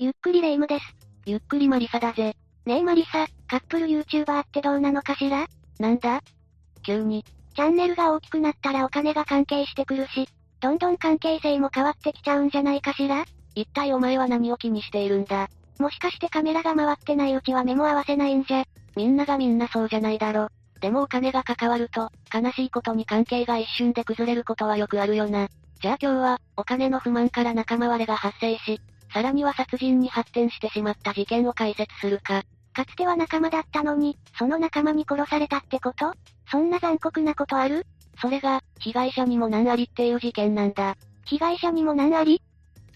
ゆっくりレ夢ムです。ゆっくりマリサだぜ。ねえマリサ、カップル YouTuber ってどうなのかしらなんだ急に、チャンネルが大きくなったらお金が関係してくるし、どんどん関係性も変わってきちゃうんじゃないかしら一体お前は何を気にしているんだもしかしてカメラが回ってないうちは目も合わせないんじゃ。みんながみんなそうじゃないだろ。でもお金が関わると、悲しいことに関係が一瞬で崩れることはよくあるよな。じゃあ今日は、お金の不満から仲間割れが発生し、さらには殺人に発展してしまった事件を解説するか。かつては仲間だったのに、その仲間に殺されたってことそんな残酷なことあるそれが、被害者にも難ありっていう事件なんだ。被害者にも難あり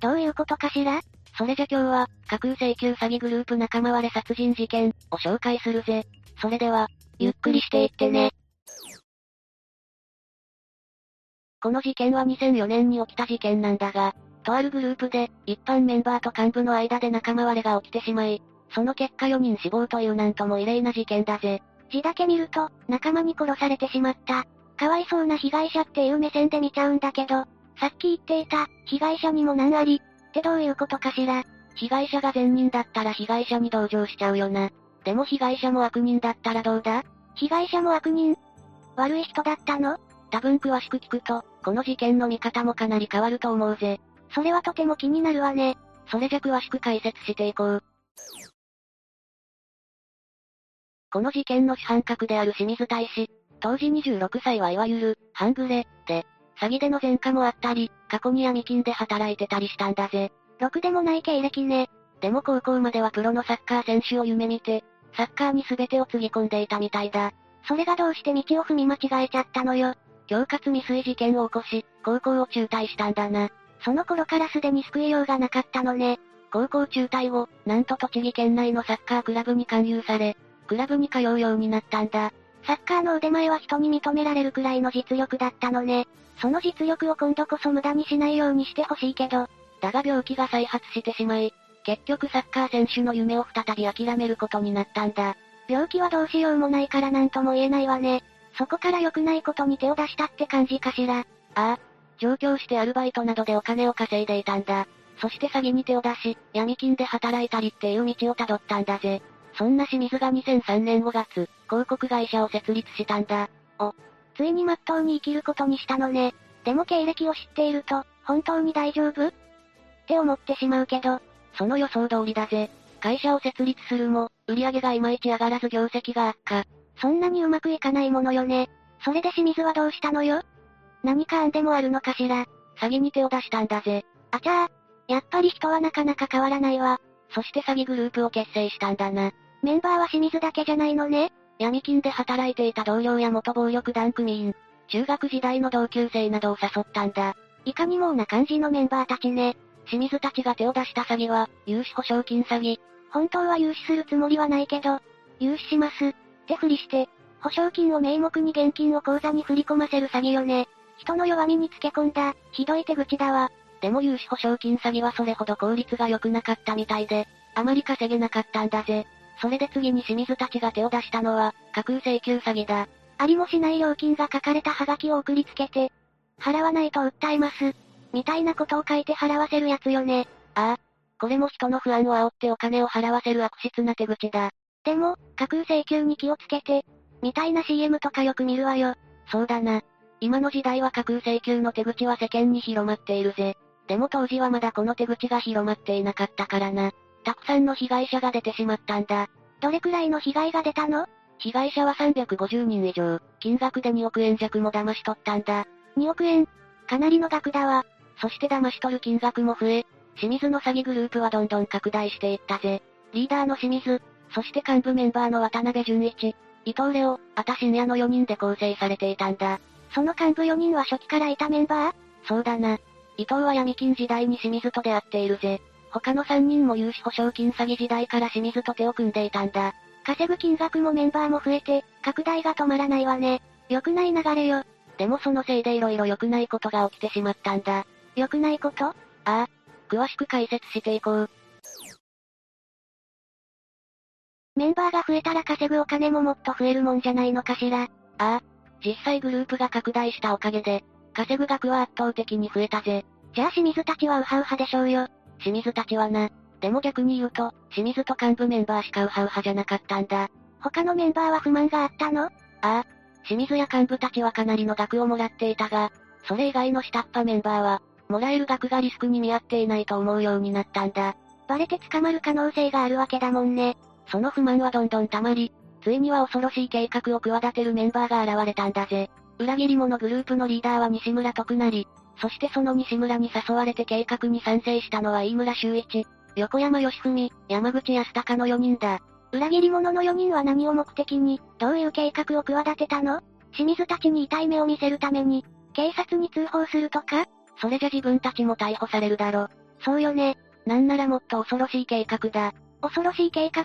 どういうことかしらそれじゃ今日は、架空請求詐欺グループ仲間割れ殺人事件を紹介するぜ。それでは、ゆっくりしていってね。この事件は2004年に起きた事件なんだが、とあるグループで、一般メンバーと幹部の間で仲間割れが起きてしまい、その結果4人死亡というなんとも異例な事件だぜ。字だけ見ると、仲間に殺されてしまった。かわいそうな被害者っていう目線で見ちゃうんだけど、さっき言っていた、被害者にも難あり、ってどういうことかしら。被害者が善人だったら被害者に同情しちゃうよな。でも被害者も悪人だったらどうだ被害者も悪人悪い人だったの多分詳しく聞くと、この事件の見方もかなり変わると思うぜ。それはとても気になるわね。それじゃ詳しく解説していこう。この事件の主犯格である清水大使、当時26歳はいわゆる、半グレ、で、詐欺での前科もあったり、過去に闇金で働いてたりしたんだぜ。ろくでもない経歴ね。でも高校まではプロのサッカー選手を夢見て、サッカーに全てをつぎ込んでいたみたいだ。それがどうして道を踏み間違えちゃったのよ。恐喝未遂事件を起こし、高校を中退したんだな。その頃からすでに救いようがなかったのね。高校中退後、なんと栃木県内のサッカークラブに勧誘され、クラブに通うようになったんだ。サッカーの腕前は人に認められるくらいの実力だったのね。その実力を今度こそ無駄にしないようにしてほしいけど。だが病気が再発してしまい、結局サッカー選手の夢を再び諦めることになったんだ。病気はどうしようもないからなんとも言えないわね。そこから良くないことに手を出したって感じかしら。ああ。上京してアルバイトなどでお金を稼いでいたんだ。そして詐欺に手を出し、闇金で働いたりっていう道をたどったんだぜ。そんな清水が2003年5月、広告会社を設立したんだ。お、ついに真っ当に生きることにしたのね。でも経歴を知っていると、本当に大丈夫って思ってしまうけど、その予想通りだぜ。会社を設立するも、売り上げがいまいち上がらず業績が悪化。そんなにうまくいかないものよね。それで清水はどうしたのよ何か案でもあるのかしら。詐欺に手を出したんだぜ。あちゃー。やっぱり人はなかなか変わらないわ。そして詐欺グループを結成したんだな。メンバーは清水だけじゃないのね。闇金で働いていた同僚や元暴力団組員、中学時代の同級生などを誘ったんだ。いかにもな感じのメンバーたちね。清水たちが手を出した詐欺は、融資保証金詐欺。本当は融資するつもりはないけど、融資します。ってふりして、保証金を名目に現金を口座に振り込ませる詐欺よね。人の弱みにつけ込んだ、ひどい手口だわ。でも融資保証金詐欺はそれほど効率が良くなかったみたいで、あまり稼げなかったんだぜ。それで次に清水たちが手を出したのは、架空請求詐欺だ。ありもしない料金が書かれたハガキを送りつけて、払わないと訴えます。みたいなことを書いて払わせるやつよね。ああ。これも人の不安を煽ってお金を払わせる悪質な手口だ。でも、架空請求に気をつけて、みたいな CM とかよく見るわよ。そうだな。今の時代は架空請求の手口は世間に広まっているぜ。でも当時はまだこの手口が広まっていなかったからな。たくさんの被害者が出てしまったんだ。どれくらいの被害が出たの被害者は350人以上、金額で2億円弱も騙し取ったんだ。 2億円かなりの額だわ。そして騙し取る金額も増え、清水の詐欺グループはどんどん拡大していったぜ。リーダーの清水、そして幹部メンバーの渡辺淳一、伊藤レオ、あた深夜の4人で構成されていたんだ。その幹部4人は初期からいたメンバーそうだな。伊藤は闇金時代に清水と出会っているぜ。他の3人も融資保証金詐欺時代から清水と手を組んでいたんだ。稼ぐ金額もメンバーも増えて、拡大が止まらないわね。良くない流れよ。でもそのせいで色々良くないことが起きてしまったんだ。良くないことああ。詳しく解説していこう。メンバーが増えたら稼ぐお金ももっと増えるもんじゃないのかしら。ああ。実際グループが拡大したおかげで、稼ぐ額は圧倒的に増えたぜ。じゃあ清水たちはウハウハでしょうよ。清水たちはな、でも逆に言うと、清水と幹部メンバーしかウハウハじゃなかったんだ。他のメンバーは不満があったの清水や幹部たちはかなりの額をもらっていたが、それ以外の下っ端メンバーは、もらえる額がリスクに見合っていないと思うようになったんだ。バレて捕まる可能性があるわけだもんね。その不満はどんどん溜まり、ついには恐ろしい計画を企てるメンバーが現れたんだぜ。裏切り者グループのリーダーは西村徳成。そしてその西村に誘われて計画に賛成したのは飯村修一、横山義文、山口康隆の4人だ。裏切り者の4人は何を目的に、どういう計画を企てたの清水たちに痛い目を見せるために、警察に通報するとかそれじゃ自分たちも逮捕されるだろ。そうよね。なんならもっと恐ろしい計画だ。恐ろしい計画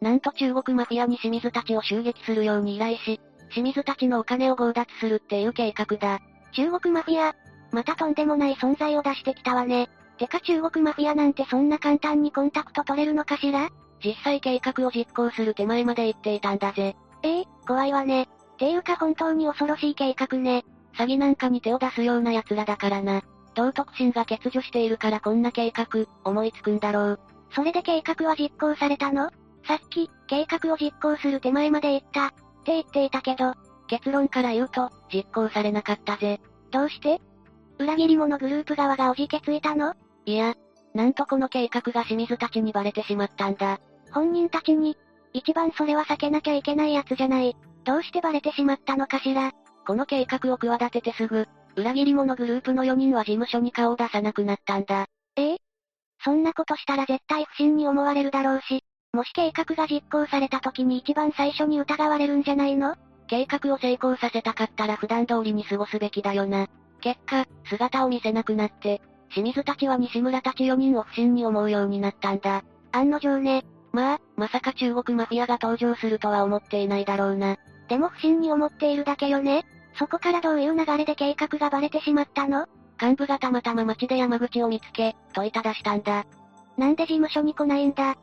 なんと中国マフィアに清水たちを襲撃するように依頼し、清水たちのお金を強奪するっていう計画だ。中国マフィア。またとんでもない存在を出してきたわね。てか中国マフィアなんてそんな簡単にコンタクト取れるのかしら実際計画を実行する手前まで行っていたんだぜ。ええ怖いわね。ていうか本当に恐ろしい計画ね。詐欺なんかに手を出すような奴らだからな。道徳心が欠如しているからこんな計画、思いつくんだろう。それで計画は実行されたのさっき、計画を実行する手前まで行った、って言っていたけど、結論から言うと、実行されなかったぜ。どうして裏切り者グループ側がおじけついたのいや、なんとこの計画が清水たちにバレてしまったんだ。本人たちに、一番それは避けなきゃいけないやつじゃない。どうしてバレてしまったのかしら。この計画を企ててすぐ、裏切り者グループの4人は事務所に顔を出さなくなったんだ。そんなことしたら絶対不審に思われるだろうし、もし計画が実行された時に一番最初に疑われるんじゃないの計画を成功させたかったら普段通りに過ごすべきだよな。結果、姿を見せなくなって、清水たちは西村たち4人を不審に思うようになったんだ。案の定ね。まあ、まさか中国マフィアが登場するとは思っていないだろうな。でも不審に思っているだけよね。そこからどういう流れで計画がバレてしまったの幹部がたまたま街で山口を見つけ、問いただしたんだ。なんで事務所に来ないんだっ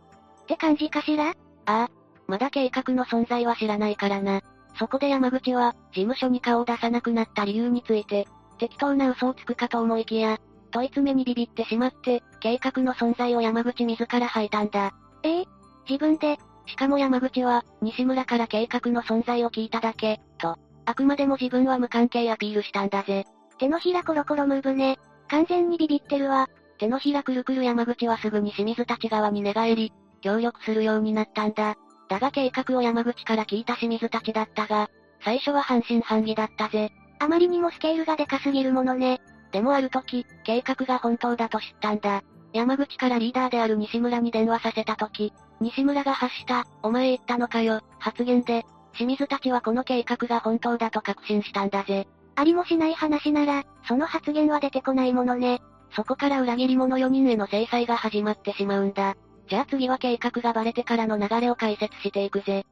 て感じかしらまだ計画の存在は知らないからな。そこで山口は、事務所に顔を出さなくなった理由について、適当な嘘をつくかと思いきや、問い詰めにビビってしまって、計画の存在を山口自ら吐いたんだ。ええ自分で、しかも山口は、西村から計画の存在を聞いただけ、と、あくまでも自分は無関係アピールしたんだぜ。手のひらコロコロムーブね。完全にビビってるわ。手のひらくるくる山口はすぐに清水たち側に寝返り、協力するようになったんだ。だが計画を山口から聞いた清水たちだったが、最初は半信半疑だったぜ。あまりにもスケールがでかすぎるものね。でもある時、計画が本当だと知ったんだ。山口からリーダーである西村に電話させた時、西村が発した、お前言ったのかよ、発言で、清水たちはこの計画が本当だと確信したんだぜ。ありもしない話なら、その発言は出てこないものね。そこから裏切り者4人への制裁が始まってしまうんだ。じゃあ次は計画がバレてからの流れを解説していくぜ。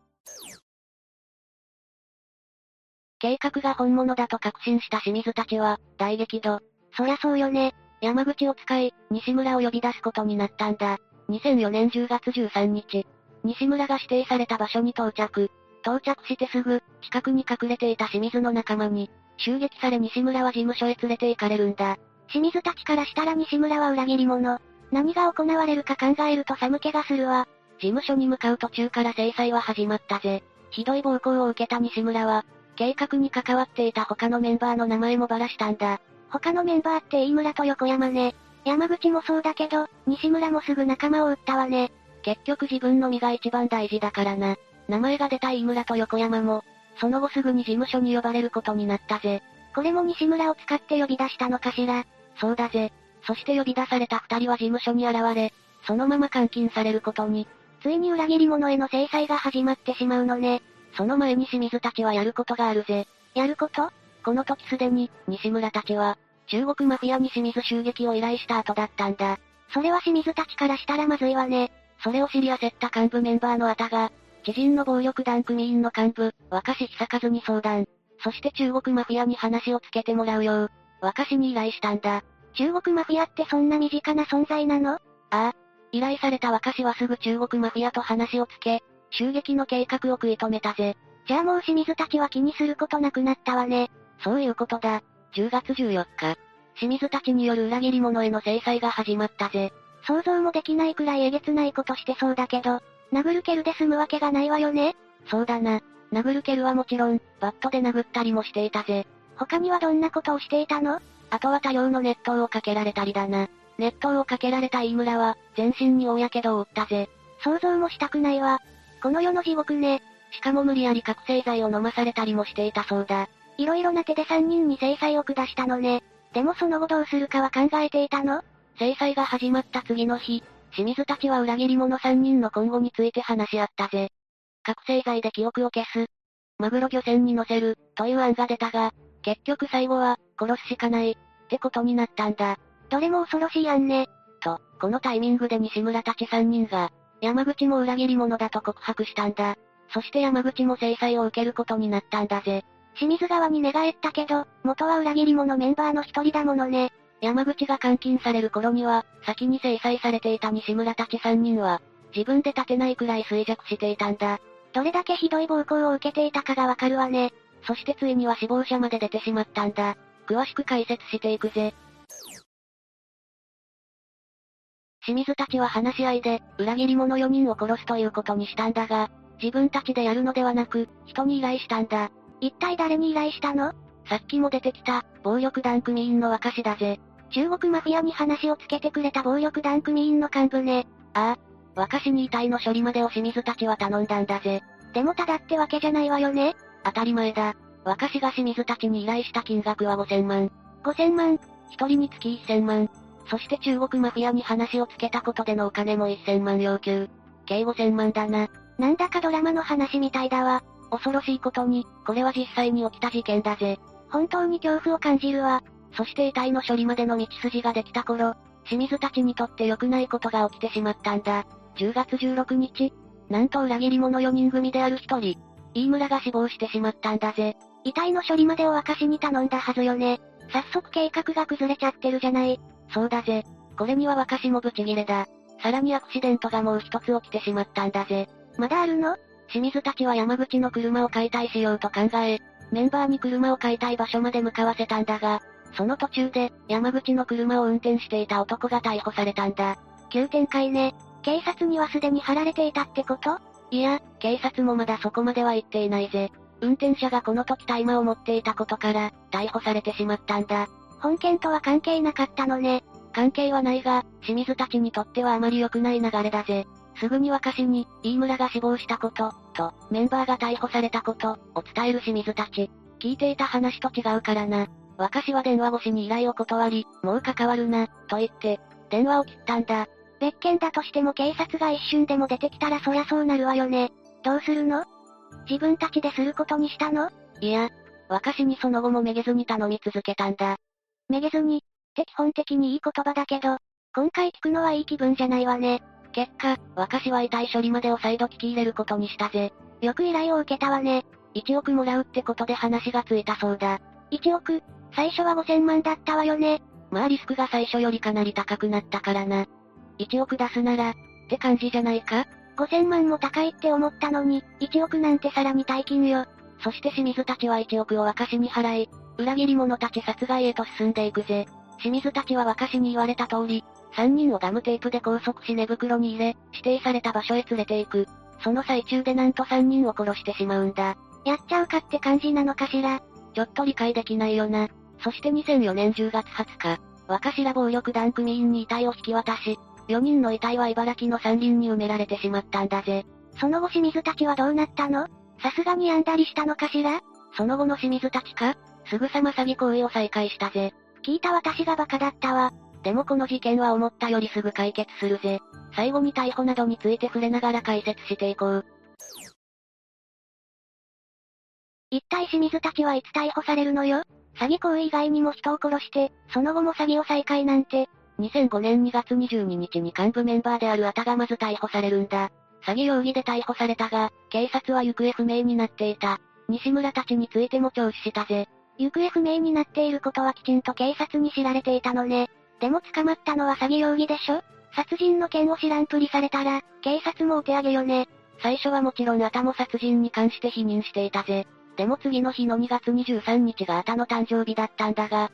計画が本物だと確信した清水たちは、大激怒。そりゃそうよね。山口を使い、西村を呼び出すことになったんだ。2004年10月13日、西村が指定された場所に到着。到着してすぐ、近くに隠れていた清水の仲間に、襲撃され西村は事務所へ連れて行かれるんだ。清水たちからしたら西村は裏切り者。何が行われるか考えると寒気がするわ。事務所に向かう途中から制裁は始まったぜ。ひどい暴行を受けた西村は、計画に関わっていた他のメンバーの名前もばらしたんだ。他のメンバーって飯村と横山ね。山口もそうだけど、西村もすぐ仲間を撃ったわね。結局自分の身が一番大事だからな。名前が出た飯村と横山も、その後すぐに事務所に呼ばれることになったぜ。これも西村を使って呼び出したのかしら。そうだぜ。そして呼び出された二人は事務所に現れ、そのまま監禁されることに、ついに裏切り者への制裁が始まってしまうのね。その前に清水たちはやることがあるぜ。やることこの時すでに、西村たちは、中国マフィアに清水襲撃を依頼した後だったんだ。それは清水たちからしたらまずいわね。それを知り焦った幹部メンバーのあたが、知人の暴力団組員の幹部、若志久和に相談。そして中国マフィアに話をつけてもらうよう、若志に依頼したんだ。中国マフィアってそんな身近な存在なの依頼された若志はすぐ中国マフィアと話をつけ、襲撃の計画を食い止めたぜ。じゃあもう清水たちは気にすることなくなったわね。そういうことだ。10月14日。清水たちによる裏切り者への制裁が始まったぜ。想像もできないくらいえげつないことしてそうだけど、殴る蹴るで済むわけがないわよねそうだな。殴る蹴るはもちろん、バットで殴ったりもしていたぜ。他にはどんなことをしていたのあとは多量の熱湯をかけられたりだな。熱湯をかけられた飯村は、全身に大火傷を負ったぜ。想像もしたくないわ。この世の地獄ね。しかも無理やり覚醒剤を飲まされたりもしていたそうだ。いろいろな手で3人に制裁を下したのね。でもその後どうするかは考えていたの制裁が始まった次の日、清水たちは裏切り者3人の今後について話し合ったぜ。覚醒剤で記憶を消す。マグロ漁船に乗せる、という案が出たが、結局最後は、殺すしかない、ってことになったんだ。どれも恐ろしい案ね。と、このタイミングで西村たち3人が、山口も裏切り者だと告白したんだ。そして山口も制裁を受けることになったんだぜ。清水川に寝返ったけど、元は裏切り者メンバーの一人だものね。山口が監禁される頃には、先に制裁されていた西村たち3人は、自分で立てないくらい衰弱していたんだ。どれだけひどい暴行を受けていたかがわかるわね。そしてついには死亡者まで出てしまったんだ。詳しく解説していくぜ。清水たちは話し合いで、裏切り者4人を殺すということにしたんだが、自分たちでやるのではなく、人に依頼したんだ。一体誰に依頼したのさっきも出てきた、暴力団組員の若氏だぜ。中国マフィアに話をつけてくれた暴力団組員の幹部ね。ああ。若氏に遺体の処理までを清水たちは頼んだんだぜ。でもただってわけじゃないわよね。当たり前だ。若氏が清水たちに依頼した金額は5000万。 5000万。一人につき1000万。そして中国マフィアに話をつけたことでのお金も1000万要求。計5000万だな。なんだかドラマの話みたいだわ。恐ろしいことに、これは実際に起きた事件だぜ。本当に恐怖を感じるわ。そして遺体の処理までの道筋ができた頃、清水たちにとって良くないことが起きてしまったんだ。10月16日、なんと裏切り者4人組である一人、飯村が死亡してしまったんだぜ。遺体の処理までを明かしに頼んだはずよね。早速計画が崩れちゃってるじゃない。そうだぜ。これには若しもブチギレだ。さらにアクシデントがもう一つ起きてしまったんだぜ。まだあるの清水たちは山口の車を解体しようと考え、メンバーに車を解体場所まで向かわせたんだが、その途中で、山口の車を運転していた男が逮捕されたんだ。急展開ね。警察にはすでに貼られていたってこといや、警察もまだそこまでは言っていないぜ。運転者がこの時大麻を持っていたことから、逮捕されてしまったんだ。本件とは関係なかったのね。関係はないが、清水たちにとってはあまり良くない流れだぜ。すぐに若市に、飯村が死亡したこと、と、メンバーが逮捕されたこと、を伝える清水たち。聞いていた話と違うからな。若市は電話越しに依頼を断り、もう関わるな、と言って、電話を切ったんだ。別件だとしても警察が一瞬でも出てきたらそりゃそうなるわよね。どうするの自分たちですることにしたのいや、若市にその後もめげずに頼み続けたんだ。めげずに、って基本的にいい言葉だけど、今回聞くのはいい気分じゃないわね。結果、若氏は遺体処理までを再度聞き入れることにしたぜ。よく依頼を受けたわね。 1億もらうってことで話がついたそうだ。 1億、最初は5000万だったわよね。まあリスクが最初よりかなり高くなったからな。1億出すなら、って感じじゃないか ?5000 万も高いって思ったのに、1億なんてさらに大金よ。そして清水たちは1億を若氏に払い、裏切り者たち殺害へと進んでいくぜ。清水たちは若氏に言われた通り、3人をガムテープで拘束し寝袋に入れ、指定された場所へ連れて行く。その最中でなんと3人を殺してしまうんだ。やっちゃうかって感じなのかしら。ちょっと理解できないよな。そして2004年10月20日、若白暴力団組員に遺体を引き渡し、4人の遺体は茨城の山林に埋められてしまったんだぜ。その後清水たちはどうなったのさすがに病んだりしたのかしらその後の清水たちかすぐさま詐欺行為を再開したぜ。聞いた私がバカだったわ。でもこの事件は思ったよりすぐ解決するぜ。最後に逮捕などについて触れながら解説していこう。一体清水たちはいつ逮捕されるのよ詐欺行為以外にも人を殺して、その後も詐欺を再開なんて。 2005年2月22日に幹部メンバーであるあたがまず逮捕されるんだ。詐欺容疑で逮捕されたが、警察は行方不明になっていた。西村たちについても聴取したぜ。行方不明になっていることはきちんと警察に知られていたのね。でも捕まったのは詐欺容疑でしょ殺人の件を知らんぷりされたら、警察もお手上げよね。最初はもちろんあたも殺人に関して否認していたぜ。でも次の日の2月23日があたの誕生日だったんだが、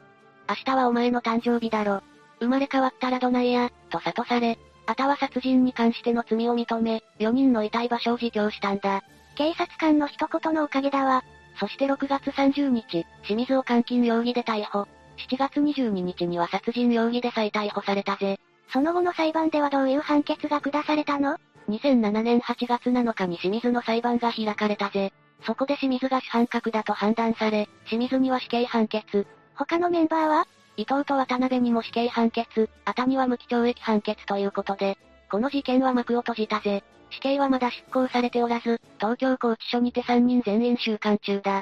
明日はお前の誕生日だろ。生まれ変わったらどないや、と諭され、あたは殺人に関しての罪を認め、4人の遺体場所を自供したんだ。警察官の一言のおかげだわ。そして6月30日、清水を監禁容疑で逮捕。7月22日には殺人容疑で再逮捕されたぜ。その後の裁判ではどういう判決が下されたの2007年8月7日に清水の裁判が開かれたぜ。そこで清水が主犯格だと判断され、清水には死刑判決。他のメンバーは伊藤と渡辺にも死刑判決、あたには無期懲役判決ということで、この事件は幕を閉じたぜ。死刑はまだ執行されておらず、東京拘置所にて3人全員収監中だ。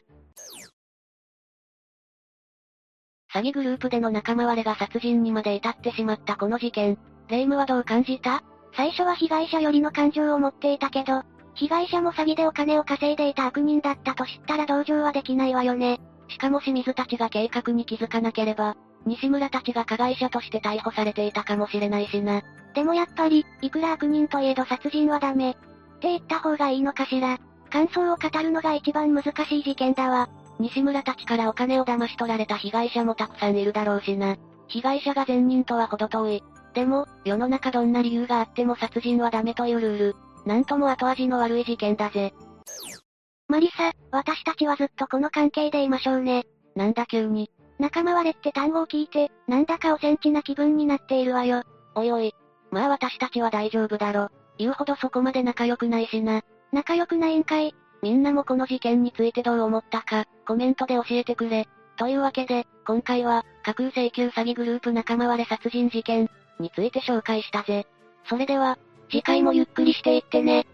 詐欺グループでの仲間割れが殺人にまで至ってしまったこの事件。霊夢はどう感じた最初は被害者よりの感情を持っていたけど、被害者も詐欺でお金を稼いでいた悪人だったと知ったら同情はできないわよね。しかも清水たちが計画に気づかなければ、西村たちが加害者として逮捕されていたかもしれないしな。でもやっぱり、いくら悪人といえど殺人はダメ。って言った方がいいのかしら。感想を語るのが一番難しい事件だわ。西村たちからお金を騙し取られた被害者もたくさんいるだろうしな。被害者が善人とは程遠い。でも、世の中どんな理由があっても殺人はダメというルール。なんとも後味の悪い事件だぜ。マリサ、私たちはずっとこの関係でいましょうね。なんだ急に。仲間割れって単語を聞いて、なんだかおセンチな気分になっているわよ。おいおい。まあ私たちは大丈夫だろ。言うほどそこまで仲良くないしな。仲良くないんかいみんなもこの事件についてどう思ったか、コメントで教えてくれ。というわけで、今回は、架空請求詐欺グループ仲間割れ殺人事件について紹介したぜ。それでは、次回もゆっくりしていってね。